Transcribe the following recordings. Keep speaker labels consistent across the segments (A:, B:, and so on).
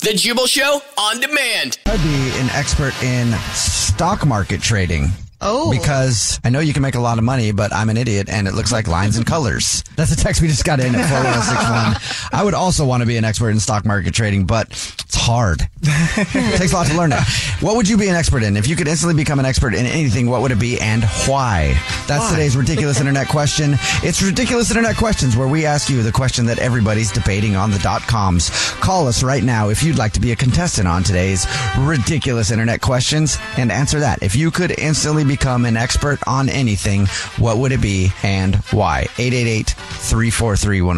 A: The Jubal Show on demand.
B: I'd be an expert in stock market trading.
C: Oh.
B: Because I know you can make a lot of money, but I'm an idiot and it looks like lines and colors. That's a text we just got in at 41061. I would also want to be an expert in stock market trading, but it's hard. it takes a lot to learn it. What would you be an expert in? If you could instantly become an expert in anything, what would it be and why? That's today's ridiculous internet question. It's ridiculous internet questions where we ask you the question that everybody's debating on the dot coms. Call us right now if you'd like to be a contestant on today's ridiculous internet questions and answer that. If you could instantly become an expert on anything, what would it be and why? 888-343-1061.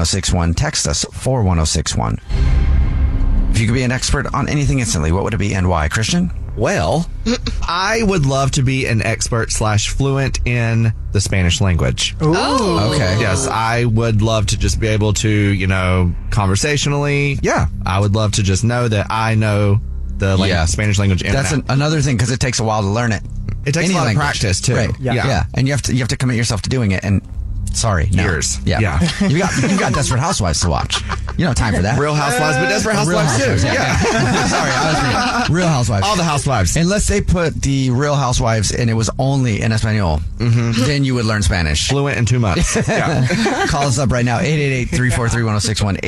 B: Text us 41061. If you could be an expert on anything instantly, what would it be and why? Christian?
D: Well, I would love to be an expert slash fluent in the Spanish language.
C: Oh.
B: Okay.
D: Yes, I would love to just be able to, you know, conversationally. Yeah, I would love to just know that I know the like,
B: Yeah.
D: Spanish language. In and
B: That's
D: out.
B: an, another thing because it takes a while to learn it.
D: It takes a lot of
B: language.
D: practice, too.
B: Right. Yeah.
D: Yeah.
B: yeah, and you have to you have to commit yourself to doing it. And sorry, no.
D: Years.
B: Yeah,
D: Yeah.
B: you got you got Desperate Housewives to watch. You don't have time for that.
D: Real Housewives, but Desperate
B: Real
D: Housewives
B: Housewives,
D: too. Yeah,
B: sorry, I was Real Housewives.
D: all the housewives.
B: Unless they put the Real Housewives and it was only in Espanol, then you would learn Spanish.
D: Mm-hmm. fluent in two months. Yeah.
B: Call us up right now, 888-343-1061,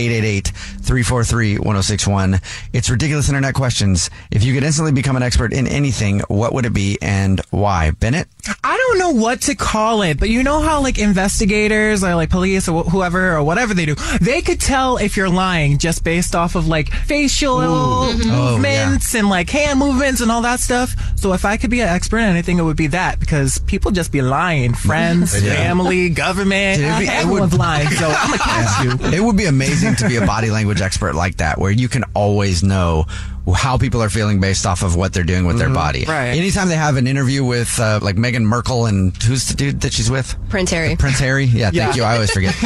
B: 888-343-1061. It's Ridiculous Internet Questions. If you could instantly become an expert in anything, what would it be and why? Bennett?
E: I don't know what to call it, but you know how like investigators or like police or wh- whoever or whatever they do, they could tell if you're lying just based off of like facial
B: Oh, yeah.
E: movements and like hand movements and all that stuff. So if I could be an expert in anything, it would be that because people just be lying. Friends, family, government,
B: Dude, it'd be- it
E: everyone's
B: would-
E: lying. So I'm gonna catch you.
B: It would be amazing to be a body language expert like that, where you can always know how people are feeling based off of what they're doing with their body.
E: Right.
B: Anytime they have an interview with uh, like Meghan Merkel and who's the dude that she's with?
C: Prince Harry.
B: Prince Harry. Yeah, thank you. I always forget.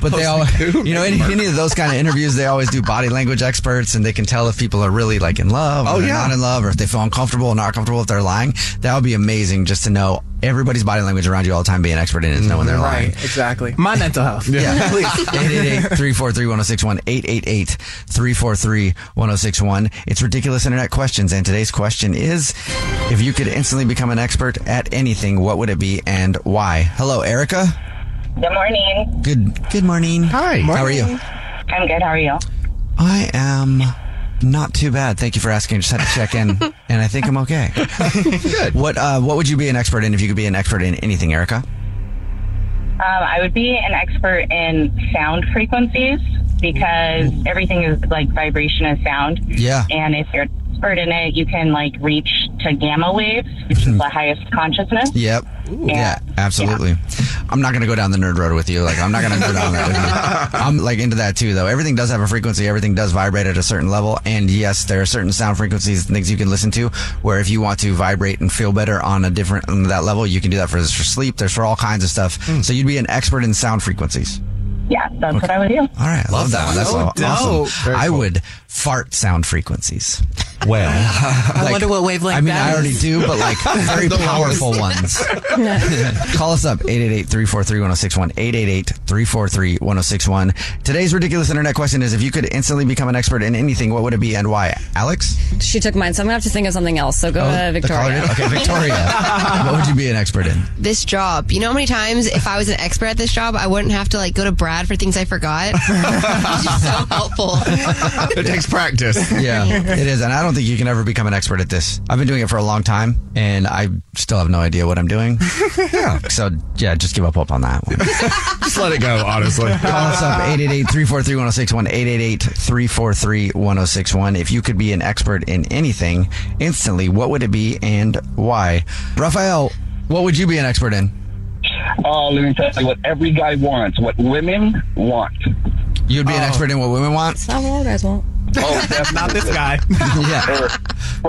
B: but they all, you know, any, any of those kind of interviews, they always do body language experts, and they can tell if people are really like in love, or
D: Oh,
B: they're
D: yeah.
B: not in love, or if they feel uncomfortable or not comfortable if they're lying. That would be amazing just to know everybody's body language around you all the time, being an expert in it, is knowing
E: Mm-hmm.
B: they're lying.
E: Exactly. My mental health.
B: Yeah, please. 888-343-1061. 888-343-1061. It's ridiculous internet questions. And today's question is, if you could instantly become an expert at anything, what would it be and why? Hello, Erica.
F: Good morning.
B: Good, good morning.
D: Hi.
B: How are you?
F: I'm good. How are you? Um,
B: I am not too bad. Thank you for asking. Just had to check in and I think I'm okay. good. What, uh, what would you be an expert in if you could be an expert in anything, Erica?
F: Um, I would be an expert in sound frequencies because everything is like vibration is sound.
B: Yeah.
F: And if you're an expert in it, you can like reach to gamma waves, which is the highest consciousness.
B: Yep. Mm-hmm. Yeah,
F: Yeah.
B: absolutely. I'm not going to go down the nerd road with you. Like, I'm not going to go down that with you. I'm like into that too, though. Everything does have a frequency. Everything does vibrate at a certain level. And yes, there are certain sound frequencies and things you can listen to where if you want to vibrate and feel better on a different, on that level, you can do that for, for sleep. There's for all kinds of stuff. So you'd be an expert in sound frequencies.
F: yeah, that's what I would do.
B: All right, I love, that one. That's
F: So
B: awesome.
F: dope.
B: Awesome. I would fart sound frequencies. Well,
C: I wonder what wavelength
B: I mean,
C: that
B: I already
C: is.
B: do, but like very
C: The
B: powerful
C: longest.
B: ones. Call us up 888-343-1061 888-343-1061. Today's ridiculous internet question is if you could instantly become an expert in anything, what would it be and why? Alex?
G: She took mine, so I'm gonna have to think of something else. So go
B: Oh,
H: Uh,
G: to
B: the
G: Victoria.
B: caller- okay, Victoria. what would you be an expert in?
H: This job. You know how many times if I was an expert at this job, I wouldn't have to like go to Brad for things I forgot. He's just so helpful.
B: it takes practice. Yeah, it is. And I don't think you can ever become an expert at this. I've been doing it for a long time and I still have no idea what I'm doing. yeah. So, yeah, just give up hope on that one.
D: Just let it go, honestly.
B: Call us up 888-343-1061, 888-343-1061. If you could be an expert in anything instantly, what would it be and why? Raphael, what would you be an expert in?
I: Oh, let me tell you what every guy wants, what women want.
B: You'd
D: Oh.
B: be an expert in what women want?
G: Not what all guys want.
I: Oh, definitely.
E: Not this guy.
I: For,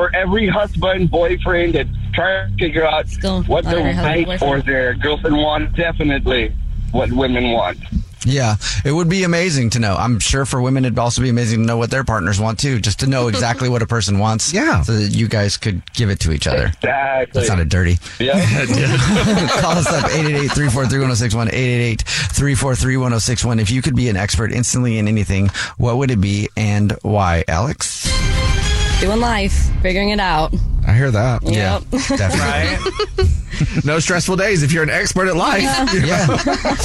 I: for every husband, boyfriend that's trying to figure out what
B: not every
I: their
B: husband,
I: wife or their girlfriend wants, definitely what women want.
B: Yeah, it would be amazing to know. I'm sure for women, it'd also be amazing to know what their partners want too, just to know exactly what a person wants. Yeah. So that you guys could give it to each other.
I: Exactly.
B: That sounded dirty. Call
I: Yeah.
B: us up 888-343-1061, 888-343-1061. If you could be an expert instantly in anything, what would it be and why, Alex?
G: Doing life, figuring it out.
D: I hear that.
G: Yeah,
B: definitely.
D: no stressful days if you're an expert at life.
G: Yeah.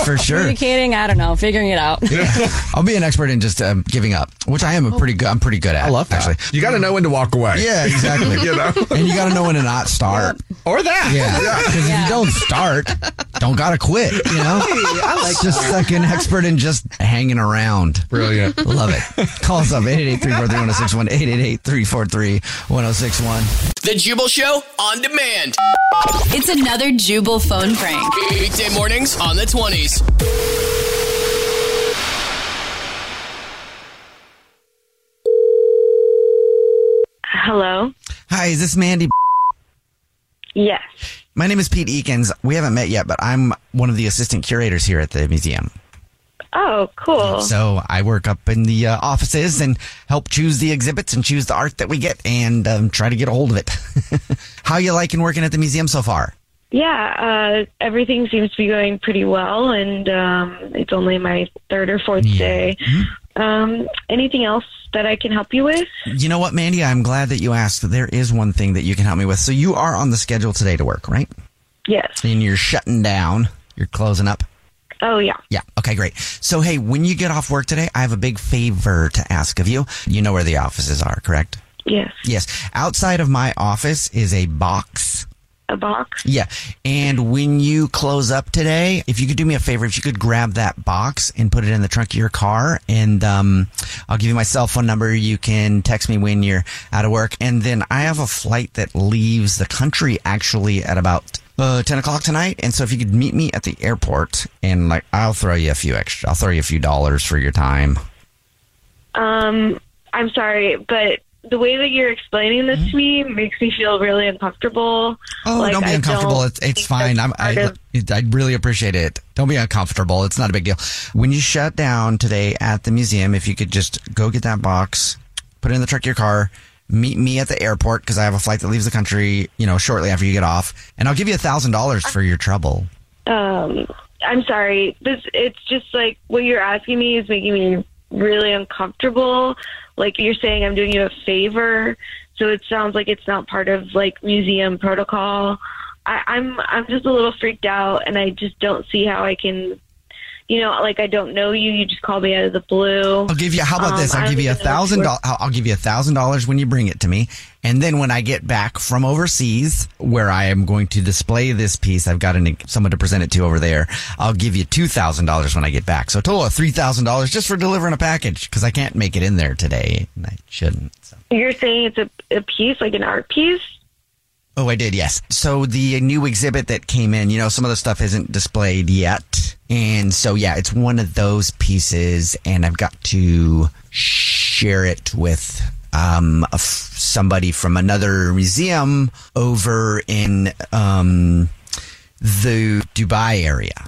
B: For sure.
G: Communicating, I don't know, figuring it out.
B: I'll be an expert in just um, giving up, which I am a pretty good. I'm pretty good at. Oh. I love that. actually.
D: You got to know when to walk away.
B: Yeah, exactly.
D: you know,
B: and you got to know when to not start
D: or that.
B: Yeah, because if you don't start, don't gotta quit. You know,
D: Hey, I like
B: It's just
D: that.
B: like an expert in just hanging around.
D: Brilliant.
B: love it. Call us up 888-343-1061, 888-343-1061.
J: The Jubal Show on demand.
K: It's another Jubal phone prank.
J: Weekday mornings on the 20s.
L: Hello.
B: Hi, is this Mandy?
L: Yes.
B: My name is Pete Eakins. We haven't met yet, but I'm one of the assistant curators here at the museum.
L: Oh, cool.
B: So I work up in the uh, offices and help choose the exhibits and choose the art that we get and um, try to get a hold of it. How you liking working at the museum so far?
L: yeah, uh, everything seems to be going pretty well, and um, it's only my third or fourth day.
B: Mm-hmm.
L: Um, anything else that I can help you with?
B: You know what, Mandy? I'm glad that you asked. There is one thing that you can help me with. So you are on the schedule today to work, right?
L: Yes.
B: And you're shutting down. You're closing up.
L: Oh, yeah.
B: Yeah. Okay, great. So, hey, when you get off work today, I have a big favor to ask of you. You know where the offices are, correct?
L: Yes.
B: Yes. Outside of my office is a box.
L: A box?
B: Yeah. And when you close up today, if you could do me a favor, if you could grab that box and put it in the trunk of your car, and um, I'll give you my cell phone number. You can text me when you're out of work. And then I have a flight that leaves the country actually at about. Uh, 10 o'clock tonight. And so if you could meet me at the airport and like, I'll throw you a few extra, I'll throw you a few dollars for your time.
L: Um, I'm sorry, but the way that you're explaining this to me makes me feel really uncomfortable.
B: Mm-hmm. Oh,
L: Like,
B: don't be
L: I
B: uncomfortable.
L: don't-
B: it's it's fine. I'm, I, I really appreciate it. Don't be uncomfortable. It's not a big deal. When you shut down today at the museum, if you could just go get that box, put it in the truck of your car, meet me at the airport because I have a flight that leaves the country, you know, shortly after you get off, and I'll give you a thousand dollars for your trouble.
L: um, I'm sorry. This it's just like what you're asking me is making me really uncomfortable. Like you're saying I'm doing you a favor, so it sounds like it's not part of like museum protocol. I, I'm I'm just a little freaked out, and I just don't see how I can, you know, like I don't know you. You just call me out of the blue.
B: I'll give you. How about
L: Um,
B: this? I'll give you a thousand. doll- I'll I'll give you a thousand dollars when you bring it to me, and then when I get back from overseas, where I am going to display this piece, I've got an, someone to present it to over there. I'll give you two thousand dollars when I get back. So a total of three thousand dollars just for delivering a package because I can't make it in there today, and I shouldn't. So.
L: You're saying it's a, a piece, like an art piece.
B: Oh, I did. Yes. So the new exhibit that came in, you know, some of the stuff isn't displayed yet, and so yeah, it's one of those pieces, and I've got to share it with um a f- somebody from another museum over in um the Dubai area.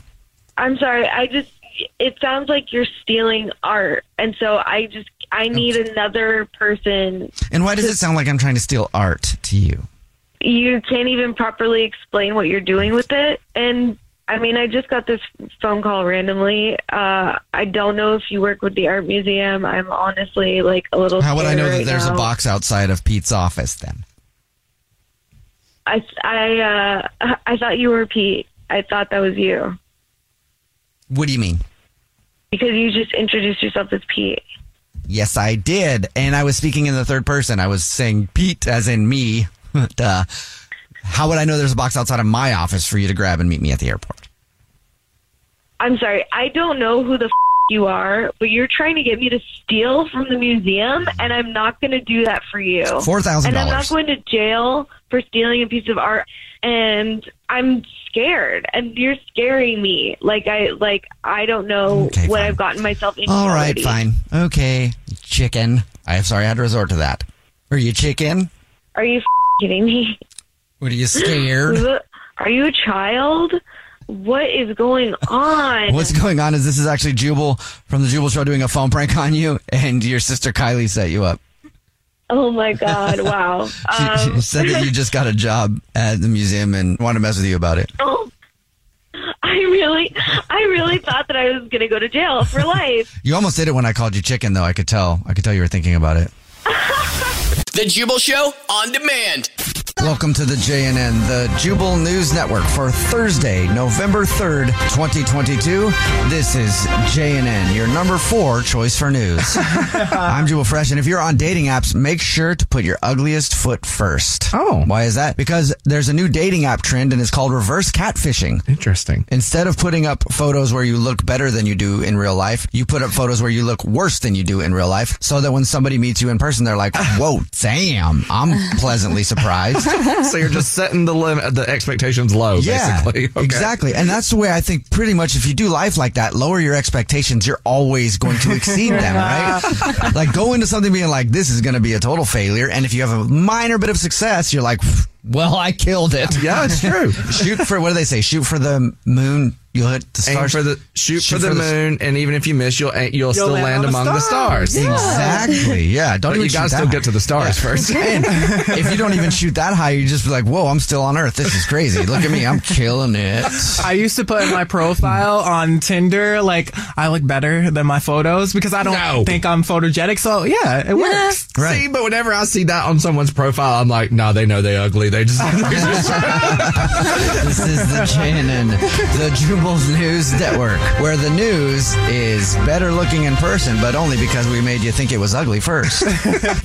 L: I'm sorry. I just it sounds like you're stealing art, and so I just I need another person.
B: And why does it sound like I'm trying to steal art to you?
L: You can't even properly explain what you're doing with it, and I mean, I just got this phone call randomly. Uh, I don't know if you work with the art museum. I'm honestly like a little.
B: How would I
L: scared
B: know that
L: right
B: there's
L: now.
B: a box outside of Pete's office then?
L: I I uh, I thought you were Pete. I thought that was you
B: What do you mean?
L: because you just introduced yourself as Pete.
B: Yes, I did. And I was speaking in the third person. I was saying Pete as in me. Duh. How would I know there's a box outside of my office for you to grab and meet me at the airport?
L: I'm sorry. I don't know who the f- you are, but you're trying to get me to steal from the museum, and I'm not going to do that for you.
B: $4,000.
L: And I'm not going to jail for stealing a piece of art. And I'm scared, and you're scaring me. Like I, like I don't know what I've gotten myself into.
B: All right,
L: already.
B: fine. Okay, chicken. I'm sorry I had to resort to that. Are you chicken?
L: Are you f- kidding me?
B: What are you scared?
L: Are you a child? What is going on?
B: What's going on is this is actually Jubal from the Jubal Show doing a phone prank on you, and your sister Kylie set you up.
L: oh my god! Wow.
B: She, she
L: Um,
B: said that you just got a job at the museum and wanted to mess with you about it.
L: Oh, I really, I really thought that I was going to go to jail for life.
B: You almost did it when I called you chicken, though. I could tell. I could tell you were thinking about it.
J: The Jubal Show on demand.
B: Welcome to the JNN, the Jubal News Network for Thursday, November 3rd, 2022. This is JNN, your number four choice for news. I'm Jubal Fresh, and if you're on dating apps, make sure to put your ugliest foot first. Oh. Why is that? Because there's a new dating app trend, and it's called reverse catfishing.
D: Interesting.
B: Instead of putting up photos where you look better than you do in real life, you put up photos where you look worse than you do in real life, so that when somebody meets you in person, they're like, whoa, damn, I'm pleasantly surprised.
D: so you're just setting the lim- the expectations low,
B: Yeah,
D: Oh, basically. Okay.
B: exactly. And that's the way I think pretty much if you do life like that, lower your expectations, you're always going to exceed them, right? like go into something being like, this is going to be a total failure. And if you have a minor bit of success, you're like, well, I killed it.
D: Yeah, it's true.
B: shoot for, what do they say? Shoot for the moon. You'll hit the
D: Aim
B: stars.
D: for the shoot, for the moon, and even if you miss, you'll you'll,
B: You'll
D: still
B: land
D: land,
B: on a
D: among the
B: star.
D: stars.
B: Yeah. Exactly. Yeah. Don't
D: But
B: even
D: you gotta
B: shoot
D: still
B: that
D: get to the stars first.
B: And if you don't even shoot that high, you just be like, whoa, I'm still on Earth. This is crazy. Look at me. I'm killing it.
E: I used to put in my profile on Tinder, like, I look better than my photos because I don't think I'm photogenic. So, yeah, it works.
D: See, but whenever I see that on someone's profile, I'm like, nah, they know they ugly. They just
B: this is the JNN, the Jubal's News Network, where the news is better looking in person, but only because we made you think it was ugly first.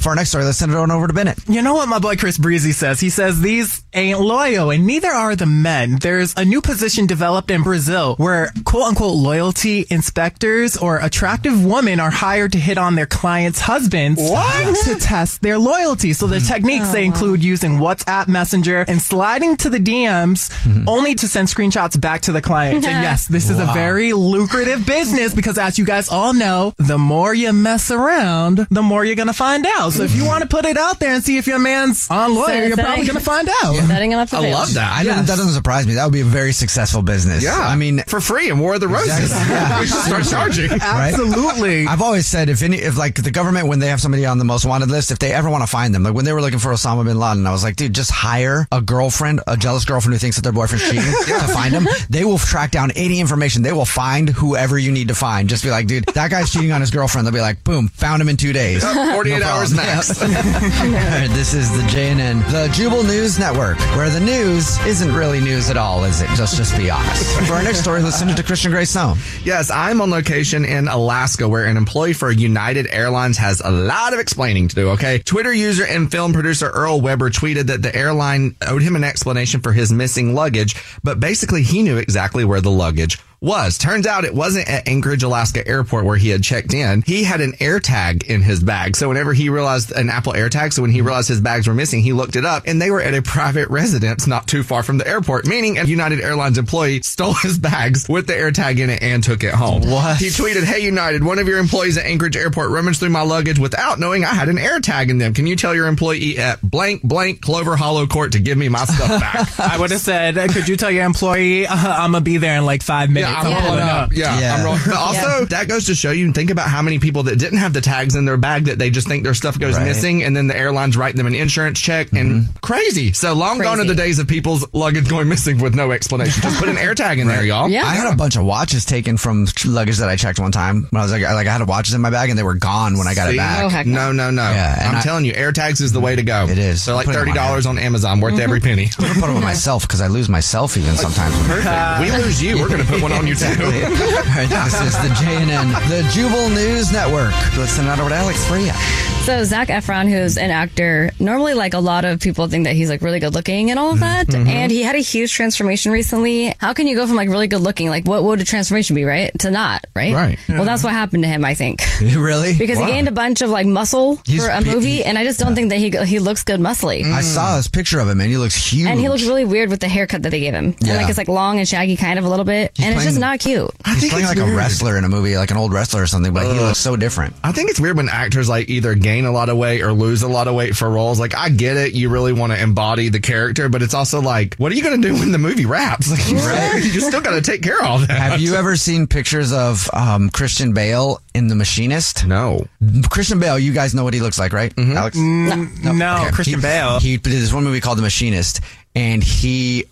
B: For our next story, let's send it on over to Bennett.
E: You know what my boy Chris Breezy says? He says these ain't loyal, and neither are the men. There's a new position developed in Brazil where quote unquote loyalty inspectors or attractive women are hired to hit on their clients' husbands to test their loyalty. So the
B: Hmm.
E: techniques they include using WhatsApp Messenger and sliding to the DMs
B: Hmm.
E: only to send screenshots back to the client. And yes, this is a
M: Wow.
E: very lucrative business because as you guys all know, the more you mess around, the more you're gonna find out. So if you want to put it out there and see if your man's on lawyer,
G: Setting-
E: you're probably gonna find out.
G: Setting him up to fail.
B: I don't- that doesn't surprise me. That would be a very successful business.
D: Yeah.
B: I mean,
D: for free in War of the Roses. We should start charging.
E: Absolutely.
B: I've always said if any, if like the government, when they have somebody on the most wanted list, if they ever want to find them, like when they were looking for Osama bin Laden, I was like, dude, just hire a girlfriend, a jealous girlfriend who thinks that their boyfriend's cheating to find him. They will track down any information. They will find whoever you need to find. Just be like, dude, that guy's cheating on his girlfriend. They'll be like, boom, found him in two days.
D: Yeah, 48
B: problem.
D: hours max.
B: All right, this is the JNN, the Jubal News Network, where the news isn't really news at all, is it? Just, just be honest. For our next story, let's send it to Christian Gray Snow.
D: Yes, I'm on location in Alaska where an employee for United Airlines has a lot of explaining to do, okay? Twitter user and film producer Earl Weber tweeted that the airline owed him an explanation for his missing luggage, but basically he knew exactly where the luggage was. Turns out it wasn't at Anchorage, Alaska airport where he had checked in. He had an AirTag in his bag. So whenever he realized an Apple AirTag, so when he realized his bags were missing, he looked it up and they were at a private residence not too far from the airport, meaning a United Airlines employee stole his bags with the AirTag in it and took it home.
B: What?
D: He tweeted, Hey United, one of your employees at Anchorage airport rummaged through my luggage without knowing I had an AirTag in them. Can you tell your employee at blank blank Clover Hollow Court to give me my stuff back?
E: I would have said, could you tell your employee uh, I'm gonna be there in like five minutes?
D: I'm pulling up. Yeah,
B: Yeah.
D: I'm rolling. But
B: Yeah.
D: also, that goes to show you. Think about how many people that didn't have the tags in their bag that they just think their stuff goes
B: Right. Mm-hmm.
D: missing, and then the airlines write them an insurance check. And crazy. So long gone are the
B: Crazy.
D: days of people's luggage going missing with no explanation. Just put an air tag in there, y'all.
B: I had a bunch of watches taken from luggage that I checked one time when I was like, I- like I had watches in my bag and they were gone when I got
D: See?
B: it back.
D: Oh, heck no. no, no.
B: Yeah, and
D: I'm
B: I-
D: telling you, air tags is the way to go. It is. They're like
B: putting them
D: thirty
B: on
D: dollars on Amazon, worth every penny.
B: Mm-hmm. I'm gonna put them on myself because I lose my selfie and sometimes.
D: Perfect. We lose you. We're gonna put one on you too.
B: Exactly. All right, this is the JNN, the Jubal News Network. Let's send it over to Alex Freya.
N: So Zach Efron, who's an actor, normally like a lot of people think that he's like really good looking and all
B: Mm-hmm.
N: of that,
H: Mhm.
N: and he had a huge transformation recently. How can you go from like really good looking, like what would a transformation be, right, to not, right?
B: Right.
N: Well, that's what happened to him, I think.
B: really?
N: Because he gained a bunch of like muscle
B: He's
N: for a
B: big-
N: movie, and I just don't think that he he looks good muscly.
D: Mm.
B: I saw this picture of him, and he looks huge.
N: And he looks really weird with the haircut that they gave him.
B: Yeah.
N: And like it's like long and shaggy kind of a little bit.
B: He's
N: and it's
B: playing
N: just
B: the-
N: not cute.
B: He's playing like a wrestler in a movie, like an old wrestler or something, but he looks so different.
D: I think it's weird when actors like either gain a lot of weight or lose a lot of weight for roles. Like, I get it. You really want to embody the character, but it's also like, what are you going to do when the movie wraps? Like, you still, you still got to take care of all that.
B: Have you ever seen pictures of um, Christian Bale in The Machinist?
D: No.
B: Christian Bale, you guys know what he looks like, right? Alex?
E: Mm, No,
B: Okay.
E: Christian
B: He-
E: Bale.
B: He did this one movie called The Machinist, and he.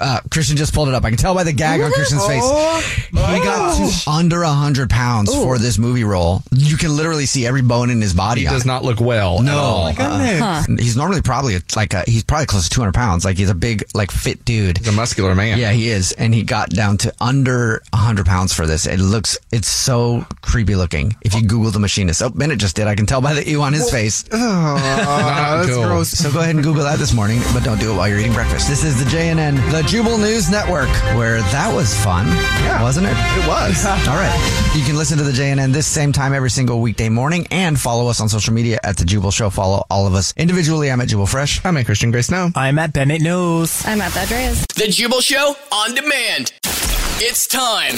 B: Uh, Christian just pulled it up. I can tell by the gag on Christian's face.
E: Oh.
B: He got to under a hundred pounds
E: Ooh.
B: for this movie role. You can literally see every bone in his body.
D: He
B: on
D: does
B: it.
D: not look well.
B: No,
D: at all.
B: Uh, he's normally probably like a, he's probably close to 200 pounds. Like he's a big, like fit dude. He's
D: a muscular man.
B: Yeah, he is. And he got down to under 100 pounds for this. It looks, it's so creepy looking. If you Google the machinist, oh, Bennett just did. I can tell by the E on his face.
E: uh, Aw, oh, that's Cool. gross.
B: So go ahead and Google that this morning, but don't do it while you're eating breakfast. This is the JNN, the Jubal News Network, where that was fun, wasn't it? It
D: was.
B: All right. You can listen to the JNN this same time every single weekday morning and follow us on social media at The Jubal Show. Follow all of us individually. I'm at Jubal Fresh.
D: I'm at Christian Grace Now.
E: I'm at Bennett Knows.
N: I'm at that dress.
J: The Jubal Show on demand. It's time.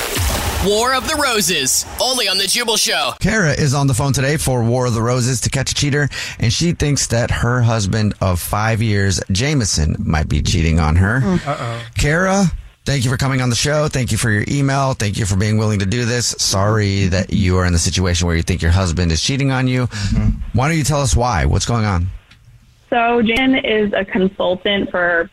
J: War of the Roses. Only on The Jubal Show.
B: Kara is on the phone today for War of the Roses to catch a cheater, and she thinks that her husband of five years, Jameson, might be cheating on her.
M: Uh-oh.
B: Kara, thank you for coming on the show. Thank you for your email. Thank you for being willing to do this. Sorry that you are in the situation where you think your husband is cheating on you. Why don't you tell us why? What's going on?
M: So Jan is a consultant for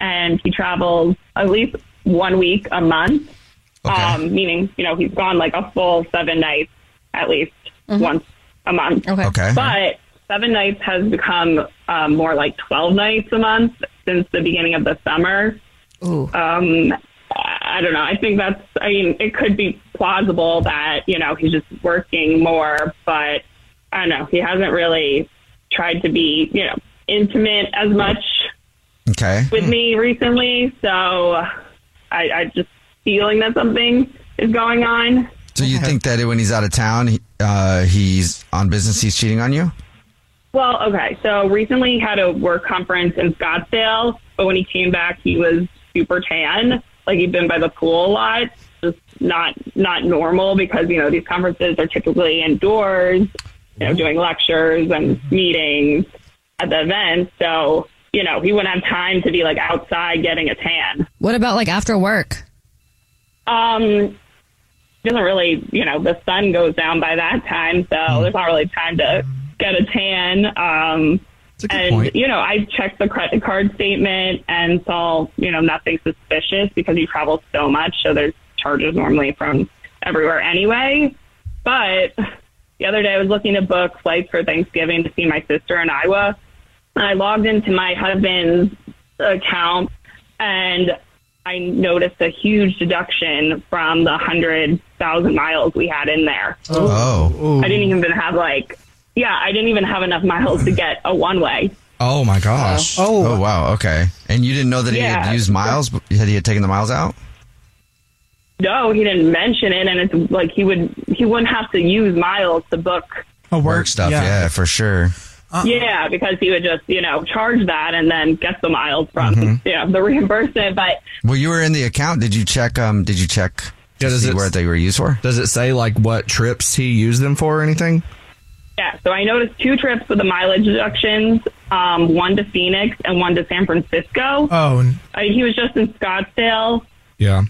M: and he travels at least one week a month. Um, meaning, you know, he's gone like a full seven nights at least once a month.
N: Mm-hmm. Okay.
B: Okay.
M: But seven nights has become um, more like 12 nights a month since the beginning of the summer.
N: Ooh.
M: Um, I I don't know. I think that's, I mean, it could be plausible that, you know, he's just working more, but I don't know. He hasn't really tried to be, you know, intimate as much
B: Okay.
M: with me recently. So I, I just feeling that something is going on.
B: So you think that when he's out of town, he- uh, he's on business, he's cheating on you?
M: Well, okay. So recently he had a work conference in Scottsdale, but when he came back, he was super tan. Like he'd been by the pool a lot. Just not not normal because you know these conferences are typically indoors. You know, doing lectures and meetings at the event. So you know he wouldn't have time to be like outside getting a tan.
N: What about like after work?
M: Um, doesn't really, you know, the sun goes down by that time, so there's not really time to get a tan. Um, and
O: point.
M: you know, I checked the credit card statement and saw, you know, nothing suspicious because he travels so much, so there's charges normally from everywhere anyway. But the other day, I was looking to book flights for Thanksgiving to see my sister in Iowa. And I logged into my husband's account and I noticed a huge deduction from the 100,000 miles we had in there.
B: Oh.
M: I didn't even have like, yeah, I didn't even have enough miles to get a one way.
B: Oh my gosh. Oh. wow. Okay. And you didn't know that he
M: Yeah.
B: had used miles? but- Had he had taken the miles out?
M: No, he didn't mention it. And it's like he would, he wouldn't have to use miles to book.
B: Oh, work, stuff. Yeah. for sure.
M: Yeah, because he would just, you know, charge that and then get the miles from,
B: Mm-hmm.
M: you know, the reimbursement. But
B: Well, you were in the account. Did you check? Um, did you check?
D: Yeah,
B: to
D: does
B: see
D: it-
B: where they were used for?
D: Does it say like what trips he used them for or anything?
M: Yeah, so I noticed two trips with the mileage deductions, um, one to Phoenix and one to San Francisco.
E: Oh, n-
M: I mean, he was just in Scottsdale
D: Yeah.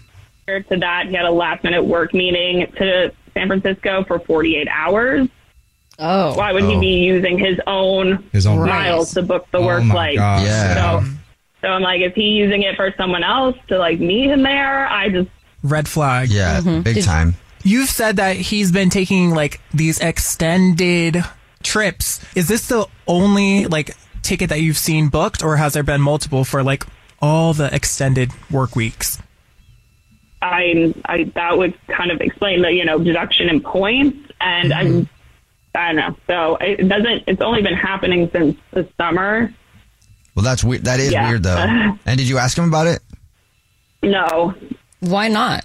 M: to that, he had a last minute work meeting to San Francisco for 48 hours.
G: Oh.
M: Why would he
D: Oh.
M: be using his own,
D: His own
M: miles to book the
D: Oh
M: work
D: my
M: flight?
D: gosh. Yeah.
M: So, so I'm like, is he using it for someone else to like meet him there? I just
E: Red flag.
B: Yeah,
M: Mhm. big Did-
B: time.
E: You've said that he's been taking like these extended trips. Is this the only like ticket that you've seen booked, or has there been multiple for like all the extended work weeks?
M: I, I that would kind of explain the you know deduction in points, and I, I don't know. So it doesn't. It's only been happening since the summer.
B: Well, that's weird. That is
M: Yeah.
B: weird though. And did you ask him about it?
M: No.
G: Why not?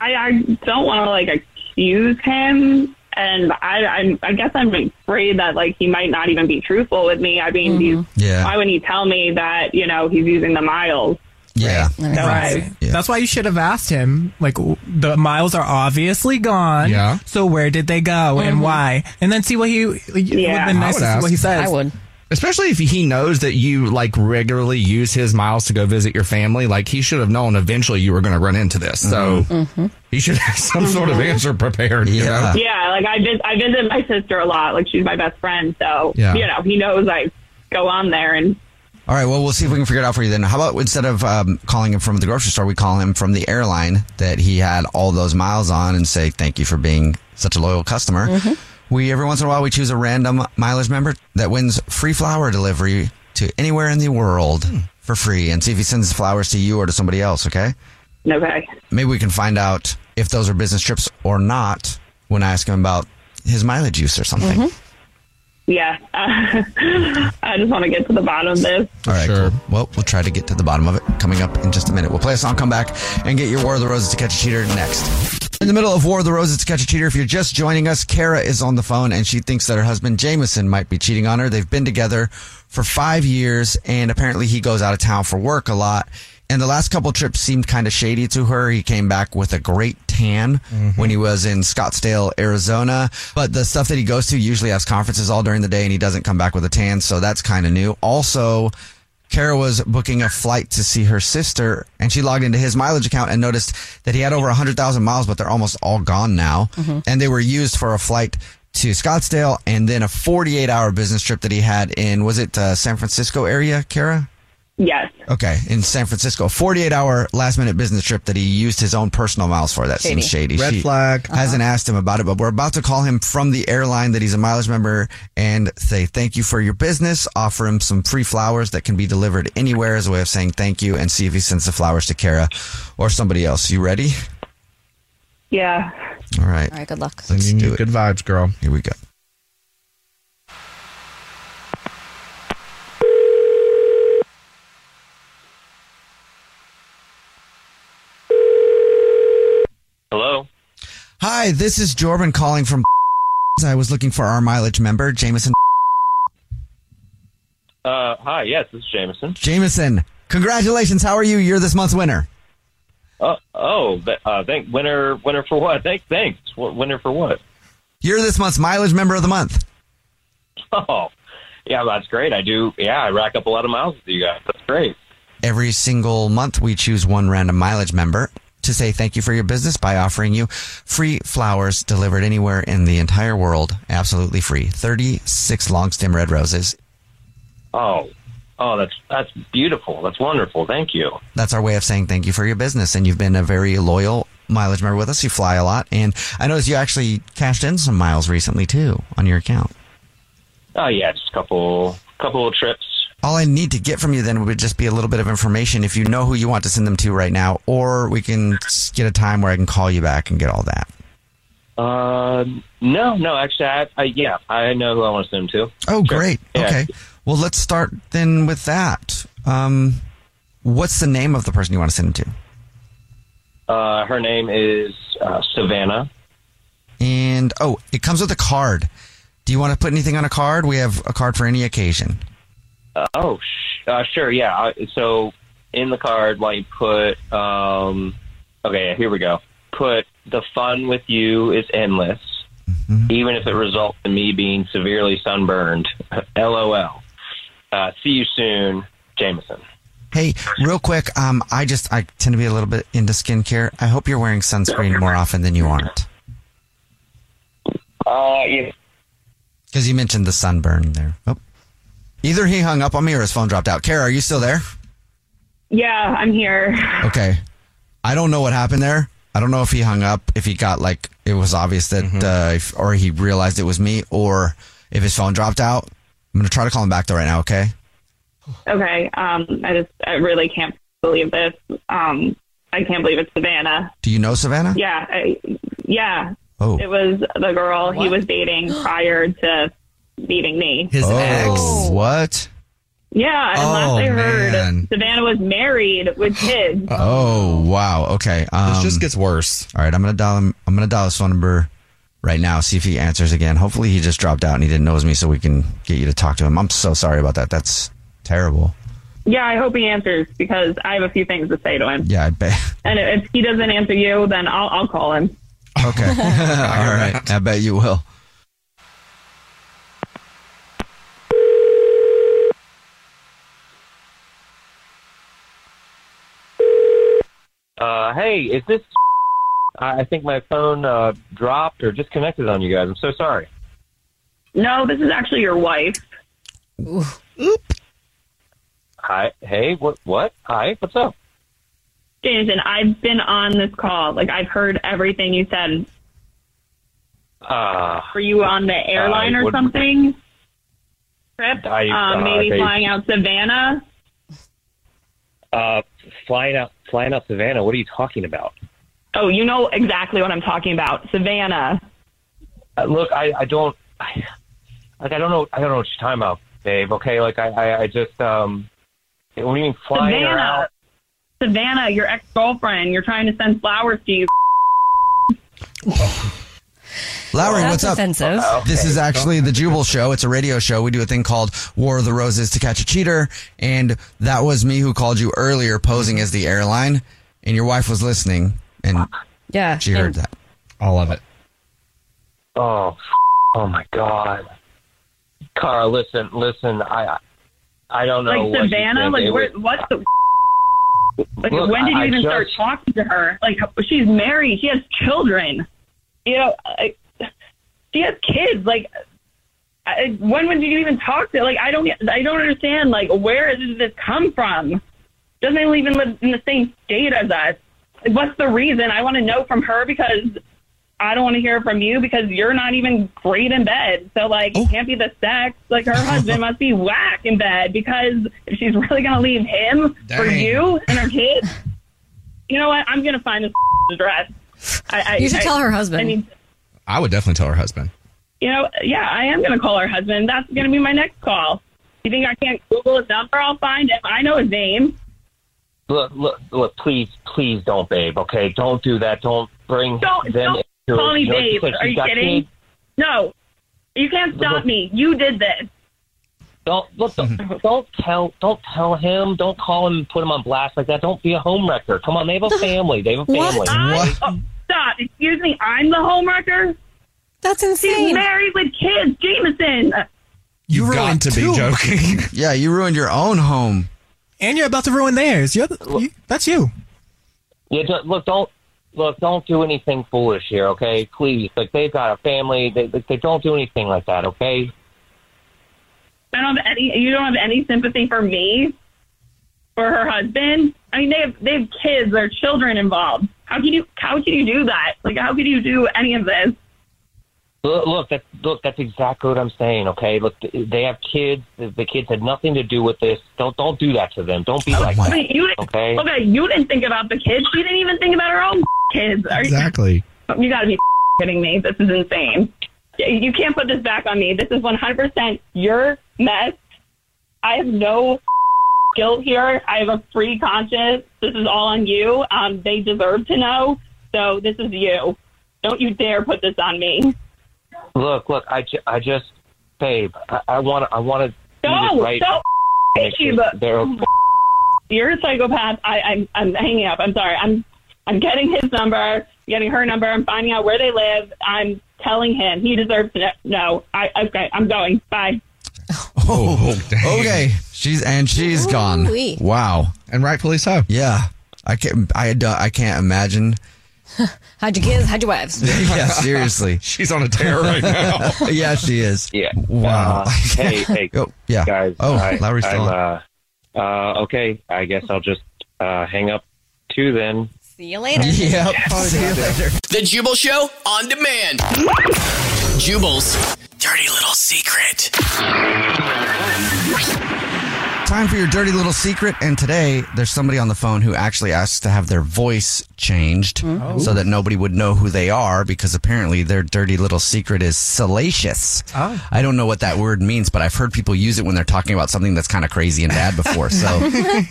M: I, I don't want to like accuse him, and I, I I guess I'm afraid that like he might not even be truthful with me. I mean, he's,
E: Yeah.
M: why would he tell me that you know he's using the miles?
B: Yeah.
E: Right. That's why you should have asked him. Like w- the miles are obviously gone.
D: Yeah.
E: So where did they go
B: Mm-hmm.
E: and why? And then see what he. Yeah. The nicest what he says.
D: Especially if he knows that you like regularly use his miles to go visit your family, like he should have known eventually you were going to run into this. So he should have some sort of
M: Mhm.
D: answer prepared. You know?
M: Yeah, like I vis- I visit my sister a lot. Like she's my best friend, so
B: Yeah.
M: you know he knows I go on there and
B: All right. Well, we'll see if we can figure it out for you then. How about instead of um, calling him from the grocery store, we call him from the airline that he had all those miles on and say, thank you for being such a loyal customer. We, every once in a while, we choose a random mileage member that wins free flower delivery to anywhere in the world for free and see if he sends flowers to you or to somebody else. Okay.
M: okay.
B: Maybe we can find out if those are business trips or not when I ask him about his mileage use or something.
M: Yeah, uh, I just want to get to the bottom of this.
B: All right, cool. Well, we'll try to get to the bottom of it coming up in just a minute. We'll play a song, come back, and get your War of the Roses to catch a cheater next. In the middle of War of the Roses to catch a cheater, if you're just joining us, Kara is on the phone and she thinks that her husband Jameson might be cheating on her. They've been together for five years, and apparently he goes out of town for work a lot. And the last couple trips seemed kind of shady to her. He came back with a great tan when he was in Scottsdale, Arizona. But the stuff that he goes to usually has conferences all during the day and he doesn't come back with a tan. So that's kind of new. Also, Kara was booking a flight to see her sister and she logged into his mileage account and noticed that he had over 100,000 miles, but they're almost all gone now. And they were used for a flight to Scottsdale and then a 48 hour business trip that he had in, was it uh, San Francisco area, Kara?
M: Yes.
B: Okay, in San Francisco, forty-eight hour last-minute business trip that he used his own personal miles for. That seems
D: Shady.
B: shady.
D: Red flag.
B: Hasn't
G: Uh-huh.
B: asked him about it, but we're about to call him from the airline that he's a mileage member and say thank you for your business. Offer him some free flowers that can be delivered anywhere as a way of saying thank you, and see if he sends the flowers to Kara or somebody else. You ready?
M: Yeah.
B: All right.
G: All right. Good luck.
D: Sending you good vibes, girl.
B: Here we go.
O: Hello.
B: Hi, this is Jordan calling from. I was looking for our mileage member, Jameson.
O: Uh, hi. Yes, this is Jameson.
B: Jameson, congratulations. How are you? You're this month's winner.
O: Uh, oh, th- uh, thank winner, winner for what? Thank, thanks. W- winner for what?
B: You're this month's mileage member of the month.
O: Oh, yeah, that's great. I do. Yeah, I rack up a lot of miles with you guys. That's great.
B: Every single month, we choose one random mileage member to say thank you for your business by offering you free flowers delivered anywhere in the entire world, absolutely free. 36 long stem red roses.
O: Oh, oh, that's that's beautiful. That's wonderful. Thank you.
B: That's our way of saying thank you for your business. And you've been a very loyal mileage member with us. You fly a lot. And I noticed you actually cashed in some miles recently, too, on your account.
O: Oh, yeah, just a couple, couple of trips.
B: All I need to get from you then would just be a little bit of information if you know who you want to send them to right now, or we can get a time where I can call you back and get all that.
O: Uh, no, no, actually, I, I yeah, I know who I want to send them to.
B: Oh, great.
O: Yeah.
B: Okay. Well, let's start then with that. Um, what's the name of the person you want to send him to?
O: Uh, her name is uh, Savannah.
B: And oh, it comes with a card. Do you want to put anything on a card? We have a card for any occasion.
O: Uh, oh, sh- uh, sure, yeah. I- So in the card, like put, um, okay, here we go. Put the fun with you is endless, even if it results in me being severely sunburned. LOL. Uh, see you soon, Jameson.
B: Hey, real quick, um, I just I tend to be a little bit into skincare. I hope you're wearing sunscreen more often than you aren't,
I: Uh, yeah.
B: because you mentioned the sunburn there. Oh. Either he hung up on me or his phone dropped out. Kara, are you still there?
M: Yeah, I'm here.
B: Okay. I don't know what happened there. I don't know if he hung up, if he got like it was obvious that, uh, if, or he realized it was me, or if his phone dropped out. I'm gonna try to call him back though right now. Okay.
M: Okay. Um, I just I really can't believe this. Um, I can't believe it's Savannah.
B: Do you know Savannah?
M: Yeah, I, yeah.
B: Oh.
M: It was the girl he was dating prior to meeting me.
B: oh, What?
M: Yeah, and last I
B: Oh,
M: heard,
B: man.
M: Savannah was married with kids.
B: Oh wow. Okay. Um, this just gets worse. All right. I'm gonna dial him. I'm gonna dial his phone number right now. See if he answers again. Hopefully he just dropped out and he didn't know it was me, so we can get you to talk to him. I'm so sorry about that. That's terrible.
M: Yeah, I hope he answers because I have a few things to say to him.
B: Yeah, I bet.
M: And if he doesn't answer you, then I'll I'll call him.
B: Okay. all right. I bet you will.
O: Uh, hey, is this? I I think my phone uh, dropped or disconnected on you guys. I'm so sorry.
M: No, this is actually your wife.
O: Hi. Hey. What? What? Hi. What's up?
M: James, and I've been on this call. Like I've heard everything you said.
O: Uh,
M: Were you on the airline
O: I
M: or
O: would-
M: something? Trip?
O: I,
M: um,
O: uh,
M: maybe
O: they-
M: flying out Savannah.
O: Uh, flying out, flying out Savannah. What are you talking about?
M: Oh, you know exactly what I'm talking about. Savannah.
O: Uh, look, I, I don't, I, like, I don't know, I don't know what you're talking about, babe. Okay, like, I, I, I just, um, what do you mean flying her
M: Savannah.
O: out?
M: Savannah, your ex girlfriend. You're trying to send flowers to you.
B: Lowry,
M: That's
B: what's up?
M: offensive.
B: This is actually the Jubal Show. It's a radio show. We do a thing called War of the Roses to catch a cheater, and that was me who called you earlier, posing as the airline, and your wife was listening, and
G: Yeah.
B: she heard
G: and-
B: that. All of it.
O: Oh, oh my God, Cara, listen, listen, I, I don't know.
M: Like
O: what you
M: Savannah,
O: think.
M: like
O: It
M: where,
O: was-
M: what the? Like
O: Look,
M: when did you
O: I- I
M: even start
O: just-
M: talking to her? Like she's married, she has children. You know, I, she has kids. Like I, when did you even talk to? Like I don't, I don't understand. Like where does this come from? Doesn't even live in the same state as us. Like, What's the reason? I want to know from her because I don't want to hear from you because you're not even great in bed. So like it can't be the sex. Like her husband must be whack in bed because if she's really gonna leave him for
P: Dang.
M: you and her kids, you know what? I'm gonna find this address. I, I,
G: You should
M: I-
G: tell her husband.
M: I mean,
D: I would definitely tell her husband.
M: you know, yeah, I am gonna call her husband. That's gonna be my next call. You think I can't Google his number? I'll find him. I know his name.
O: Look, look, look, please, please don't, babe. Okay, don't do that. Don't bring them.
M: Don't, don't
O: into
M: call
O: it.
M: me
O: You know,
M: babe.
O: just like
M: Are
O: she's
M: you
O: got
M: kidding?
O: kids.
M: No, you can't stop me. You did this.
O: Don't look. Don't, don't tell. Don't tell him. Don't call him. and Put him on blast like that. Don't be a homewrecker. Come on, they have a family. They have a family.
M: I- oh, stop. Excuse me. I'm the homewrecker.
G: That's
M: insane. She's married with kids. Jameson.
B: You
E: You've ruined
B: to
E: be two. joking.
B: yeah, you ruined your own home.
E: And you're about to ruin theirs. You're the, you, that's you.
O: Yeah. Don't, look. Don't look. Don't do anything foolish here. Okay, please. Like they've got a family. They they, they don't do anything like that. Okay.
M: I don't have any. You don't have any sympathy for me, for her husband. I mean, they have they have kids. There are children involved. How can you how can you do that? Like, how could you do any of this?
O: Look, look, that, look, that's exactly what I'm saying. Okay, look, th- they have kids. The, the kids had nothing to do with this. Don't, don't do that to them. Don't be like
M: I mean,
O: that.
M: you didn't,
O: Okay.
M: you didn't think about the kids. She didn't even think about her own kids. Are you,
D: Exactly.
M: you got to be kidding me. This is insane. You can't put this back on me. This is 100% your mess. I have no guilt here. I have a free conscience. This is all on you. Um, they deserve to know. So this is you. Don't you dare put this on me.
O: Look, look, I, ju- I just, babe, I, I want, I want to.
M: No,
O: right.
M: don't
O: Make
M: you,
O: sure
M: but-
O: they're okay.
M: You're a psychopath. I, I'm, I'm hanging up. I'm sorry. I'm, I'm getting his number, getting her number. I'm finding out where they live. I'm telling him he deserves to know. I, okay, I'm going. Bye.
B: Oh, okay. She's and she's gone.
G: Ooh-wee.
B: Wow.
D: And rightfully so.
B: Yeah. I can't. I do- I can't imagine.
G: How'd you kids? How'd you wives?
B: yeah. Seriously.
D: She's on a tear right now.
B: yeah, she is.
O: Yeah.
B: Wow.
O: Uh, hey, hey.
B: Oh, Uh-huh. yeah.
O: Guys.
B: Oh, Lowry's
O: I'm,
B: still on.
O: Uh, uh, okay, I guess I'll just uh, hang up too then.
G: See you later.
B: Yep.
J: The Jubal Show on demand. Jubal's dirty little secret.
B: Time for your dirty little secret. And today, there's somebody on the phone who actually asks to have their voice changed so that nobody would know who they are because apparently their dirty little secret is salacious. I don't know what that word means, but I've heard people use it when they're talking about something that's kind of crazy and bad before. So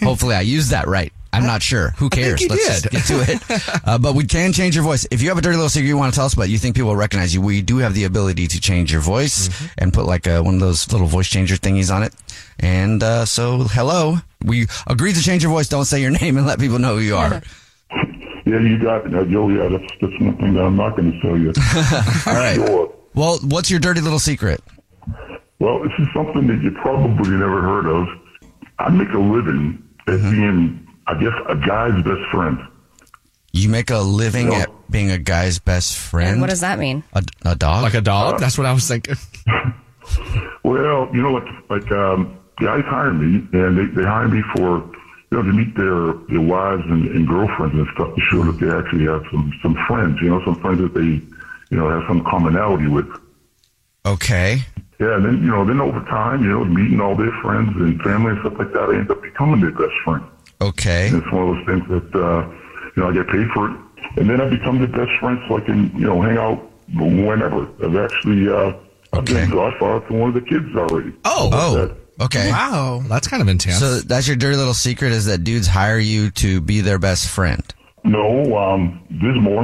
B: hopefully I used that right. I'm not sure. Who cares?
D: you
B: Let's
D: did.
B: just get to it. Uh, but we can change your voice. If you have a dirty little secret you want to tell us about, you think people will recognize you, we do have the ability to change your voice
D: Mm-hmm.
B: and put like uh one of those little voice changer thingies on it. And uh, so, hello. We agreed to change your voice. Don't say your name and let people know who you are.
P: Yeah, you got it. Uh, Joe, yeah, that's, that's one thing that I'm not going to tell you.
B: All right. Well, what's your dirty little secret?
P: Well, this is something that you probably never heard of. I make a living at
B: Mm-hmm.
P: being, I guess, a guy's best friend.
B: You make a living at being a guy's best friend.
P: What does that
G: mean?
B: A, a dog? Like
D: a dog? That's what I was thinking.
P: Uh, Well, you know, like, like um, guys hire me, and they, they hire me for, you know, to meet their, their wives and, and girlfriends and stuff to show that they actually have some, some friends, you know, some friends that they, you know, have some commonality with.
B: Okay.
P: Yeah, and then, you know, then over time, you know, meeting all their friends and family and stuff like that, I end up becoming their best friend.
B: Okay.
P: And it's one of those things that, uh, you know, I get paid for it. And then I become their best friend so I can, you know, hang out whenever. I've actually, uh, I've been godfather to one of the kids already.
D: Oh.
B: Oh. Okay.
D: Wow. That's kind of intense.
B: So that's your dirty little secret is that dudes hire you to be their best friend.
P: No, um, there's more.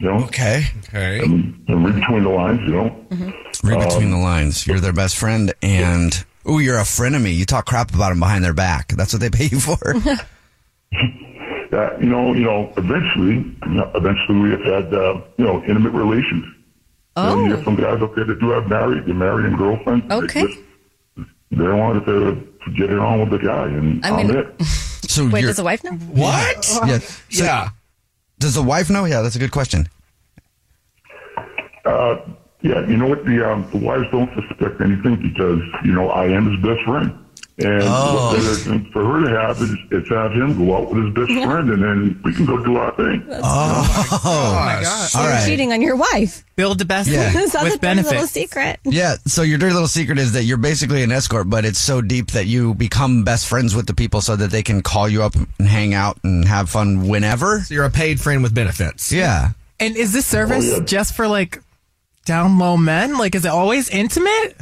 P: You know?
B: Okay.
D: Okay.
P: And, and read between the lines, you know?
B: Read between the lines. You're their best friend, and ooh, you're a frenemy. You talk crap about them behind their back. That's what they pay you for.
P: Uh, you know, you know, eventually, you know, eventually we have had, uh, you know, intimate relations. You, know, you have some guys up there that do have married, they're married and girlfriends. They
G: Oh. Okay.
P: just- They wanted to to get it on with the guy, and
G: I
P: I'm
G: mean-
P: it.
B: So
G: Wait,
B: you're-
G: does the wife know?
D: What?
B: Yeah. So- Does the wife know? Yeah, that's a good question.
P: Uh, yeah, you know what? The, um, the wives don't suspect anything because you know I am his best friend, and
Q: Oh.
P: what better thing for her to have is, is have him go out with his best friend, and then we can go do our thing.
B: Oh,
E: my gosh.
G: So
B: All
G: you're
B: right.
G: cheating on your wife.
E: Build the best
B: Yeah.
G: That's
B: With
G: a dirty little
B: benefits.
G: secret.
B: Yeah. So your dirty little secret is that you're basically an escort, but it's so deep that you become best friends with the people so that they can call you up and hang out and have fun whenever. So
D: you're a paid friend with benefits.
B: Yeah.
E: And is this
B: oh,
E: service just for like down low men? Like, is it always intimate?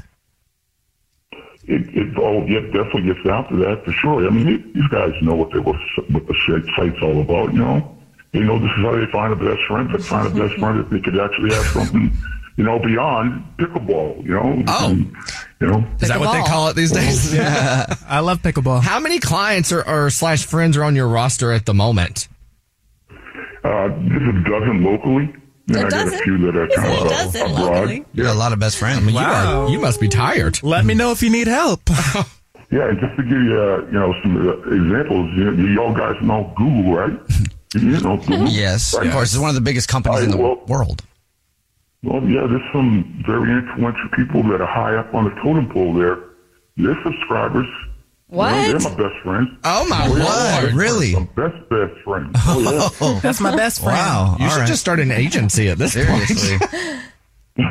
P: It, it oh yeah, definitely gets down to that for sure. I mean, they- these guys know what they what, what the shit site's all about. You know, they know this is how they find a best friend. They find a best friend that they could actually have something, you know, beyond pickleball. You know. Oh. you know.
D: Is that what they call it these days?
E: I love pickleball.
D: How many clients or, or slash friends are on your roster at the moment?
P: Uh, there's a dozen locally. And I got a few that are kind of uh, abroad.
B: You're a lot of best friends.
D: You, are, you must be tired.
E: Let me know if you need help.
P: Yeah, and just to give you, uh, you know, some uh, examples, you, you all guys know Google, right? You know Google.
B: Yes. Of
P: Right?
B: course, it's one of the biggest companies in the world.
P: Well, yeah, there's some very influential people that are high up on the totem pole there. They're subscribers.
E: What?
P: You know, they're my best friends.
D: Oh, my
P: yeah,
D: Lord. Really?
P: My best, best friend. Oh, yeah.
E: That's my best friend.
D: Wow. You
P: All
D: should
P: right.
D: just start an agency at this
B: Seriously.
D: point.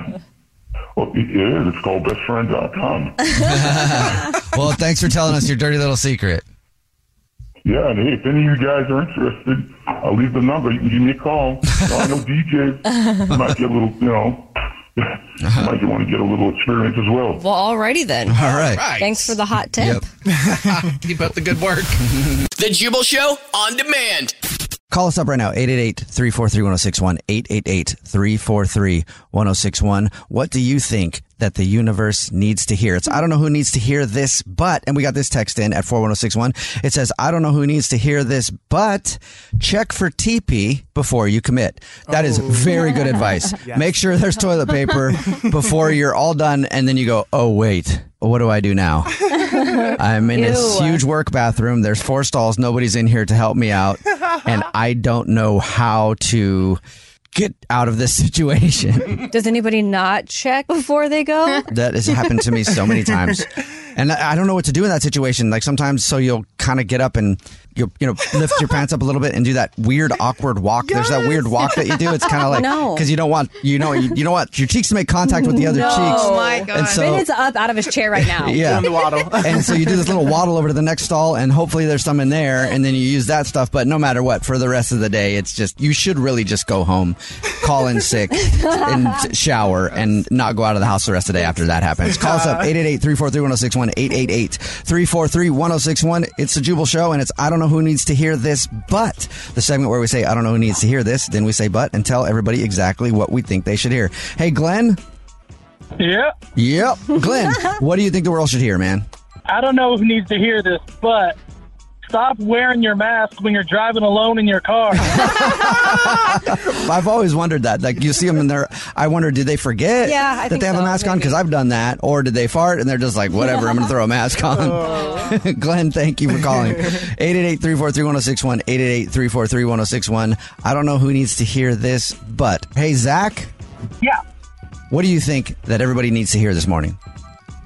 P: well, it is. It's called bestfriend.com.
B: well, thanks for telling us your dirty little secret.
P: Yeah, and hey, if any of you guys are interested, I'll leave the number. You can give me a call. I know DJs you might get a little, you know, might want to get a little experience as well.
G: Well, alrighty then.
B: All right. Right.
G: Thanks for the hot tip.
D: Keep up the good work.
J: The Jubal Show on demand.
B: Call us up right now, 888-343-1061, 888-343-1061. What do you think that the universe needs to hear? It's, I don't know who needs to hear this, but, and we got this text in at 41061. It says, I don't know who needs to hear this, but check for TP before you commit. That is very good advice.
R: Yes.
B: Make sure there's toilet paper before you're all done. And then you go, oh, wait. what do I do now? I'm in this
Q: Ew.
B: huge work bathroom. There's four stalls. Nobody's in here to help me out. And I don't know how to get out of this situation.
G: Does anybody not check before they go?
B: that has happened to me so many times. And I I don't know what to do in that situation. Like sometimes, so you'll kind of get up and you you know lift your pants up a little bit and do that weird awkward walk. There's that weird walk that you do. It's kind of like
G: No.
B: because you don't want you know you, you don't want your cheeks to make contact with the other
G: no. Oh
B: cheeks. And so
G: Ben is up out of his chair right now.
B: Yeah. Doing the
G: waddle.
B: and so you do this little waddle over to the next stall and hopefully there's some in there and then you use that stuff but no matter what for the rest of the day it's just you should really just go home call in sick and t- shower and not go out of the house the rest of the day after that happens call us up 888-343-1061 888-343-1061 it's the Jubal Show and it's I don't know who needs to hear this but the segment where we say I don't know who needs to hear this then we say but and tell everybody exactly what we think they should hear hey Glenn
R: Yeah.
B: Yep. Glenn, what do you think the world should hear, man?
R: I don't know who needs to hear this, but stop wearing your mask when you're driving alone in your car.
B: I've always wondered that. Like you see them in there, I wonder, did they forget
R: Yeah, I
B: that
R: think
B: they have a
R: so,
B: mask on? Because I've done that, or did they fart and they're just like, whatever, I'm going to throw a mask on.
R: Oh.
B: Glenn, thank you for calling. 888-343-1061, 888-343-1061. I don't know who needs to hear this, but hey, Zach,
R: yeah.
B: what do you think that everybody needs to hear this morning?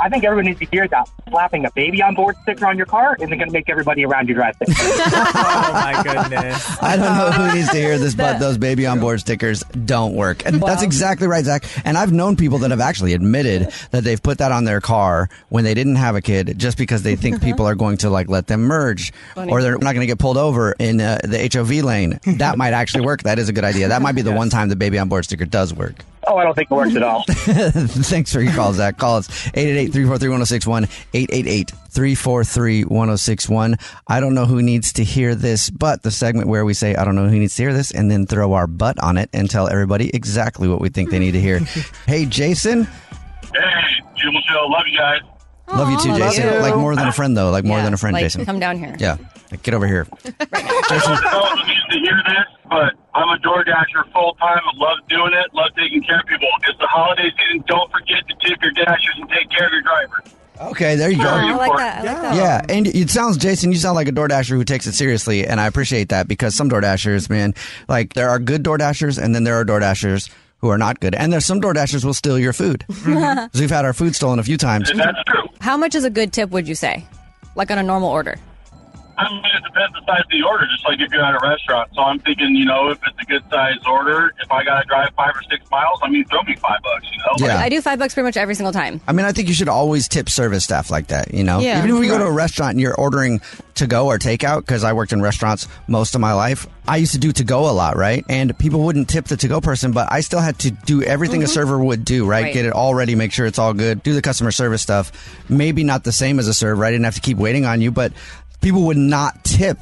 R: I think everyone needs to hear that slapping a baby on board sticker on your car isn't going to make everybody around you drive safe. oh
E: my goodness!
B: I don't know who needs to hear this, but those baby on board stickers don't work. And that's exactly right, Zach. And I've known people that have actually admitted that they've put that on their car when they didn't have a kid just because they think people are going to like let them merge
S: Funny.
B: or they're not going to get pulled over in uh, the HOV lane. That might actually work. That is a good idea. That might be the one time the baby on board sticker does work.
R: Oh, I don't think it works at all.
B: Thanks for your call, Zach. Call us 888-343-1061, 888-343-1061. I don't know who needs to hear this, but the segment where we say, I don't know who needs to hear this, and then throw our butt on it and tell everybody exactly what we think they need to hear. hey, Jason.
R: Jubal Show, love you guys.
B: Love you too,
G: Aw, love
B: Jason.
G: you.
B: Like more than a friend, though. Like more
G: Yeah,
B: than a friend,
G: like,
B: Jason.
G: come down here.
B: Yeah. Like, get over here.
R: I don't know if you need to hear this, but I'm a door dasher full time. I love doing it. Love taking care of people. It's the holiday season. Don't forget to tip your dashers and take care of your driver.
B: Okay, there you
G: Oh,
B: go.
R: Very important.
B: Yeah, and it sounds, Jason, you sound like a DoorDasher who takes it seriously, and I appreciate that because some DoorDashers, man, like there are good DoorDashers, and then there are DoorDashers who are not good, and there's some DoorDashers will steal your food. 'Cause we've had our food stolen a few times.
G: How much is a good tip, would you say? Like on a normal order?
R: I mean, it depends the size of the order, just like if you're at a restaurant. So I'm thinking, you know, if it's a good size order, if I got to drive five or six miles, I mean, throw me five bucks, you know?
B: Yeah.
G: I do five bucks pretty much every single time.
B: I mean, I think you should always tip service staff like that, you know?
G: Yeah.
B: Even if we go to a restaurant and you're ordering to go or takeout, because I worked in restaurants most of my life, I used to do to go a lot, right? And people wouldn't tip the to go person, but I still had to do everything a
G: Mm-hmm.
R: Mhm.
B: server would do, right?
R: Right.
B: Get it all ready, make sure it's all good, do the customer service stuff. Maybe not the same as a server. I didn't have to keep waiting on you, but people would not tip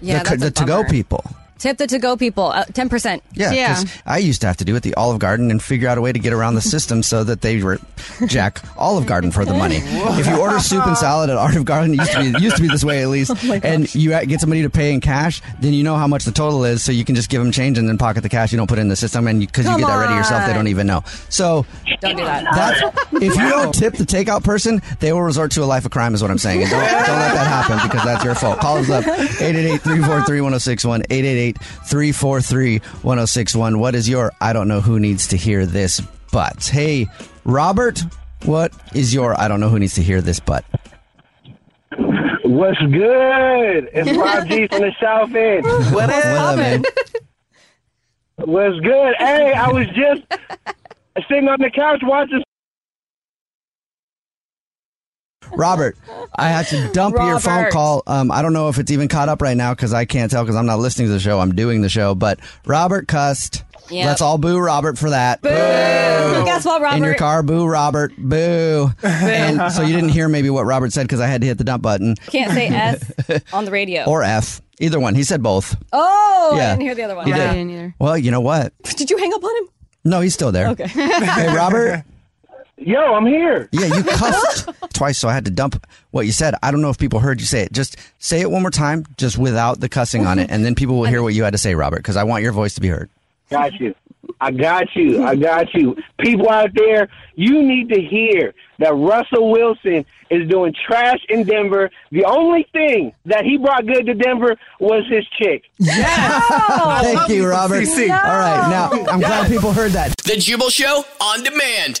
G: Yeah,
B: the,
G: that's a
B: the to go
G: bummer.
B: people.
G: Tip the to go people, uh, 10%.
B: Yeah, 'cause I used to have to do it the Olive Garden and figure out a way to get around the system so that they were jack Olive Garden for the money. if you order soup and salad at Olive Garden, it used to be, it used to be this way at least, and you get somebody to pay in cash, then you know how much the total is, so you can just give them change and then pocket the cash. You don't put it in the system, and because you,
G: Come
B: get that ready yourself, they
G: on.
B: don't even know. So
G: Don't do that.
B: that's if you don't tip the takeout person, they will resort to a life of crime, is what I'm saying. And don't, don't let that happen because that's your fault. Call us up 888 343 1061. 888 343 1061. What is your I don't know who needs to hear this, but? Hey, Robert, what is your I don't know who needs to hear this, but?
T: What's good? It's Rob G from the South End. What
B: up, man?
T: What's good? Hey, I was just sitting on the couch watching.
B: Robert, I had to dump your phone
T: Robert.
B: call. Um, I don't know if it's even caught up right now because I can't tell because I'm not listening to the show. I'm doing the show, but Robert cussed.
G: Yep.
B: Let's all boo Robert for that. Boo!
G: Guess what, Robert?
B: In your car, boo Robert, boo. and so you didn't hear maybe what Robert said because I had to hit the dump button.
G: Can't say S on the radio.
B: or F. Either one. He said both.
G: Oh,
B: Yeah.
G: I didn't hear the other one.
B: He did. Well, you know what?
G: Did you hang up on him?
B: No, he's still there.
G: Okay.
B: Hey, Robert.
T: Yo, I'm here.
B: Yeah, you cussed twice, so I had to dump what you said. I don't know if people heard you say it. Just say it one more time, just without the cussing on it, and then people will hear what you had to say, Robert, because I want your voice to be heard.
T: Got you.
R: I got you. I got you. People out there, you need to hear that Russell Wilson is doing trash in Denver. The only thing that he brought good to Denver was his chick.
J: Thank you, Robert. All
R: Oh.
J: right, now I'm glad people heard that.
U: The Jubal Show on demand.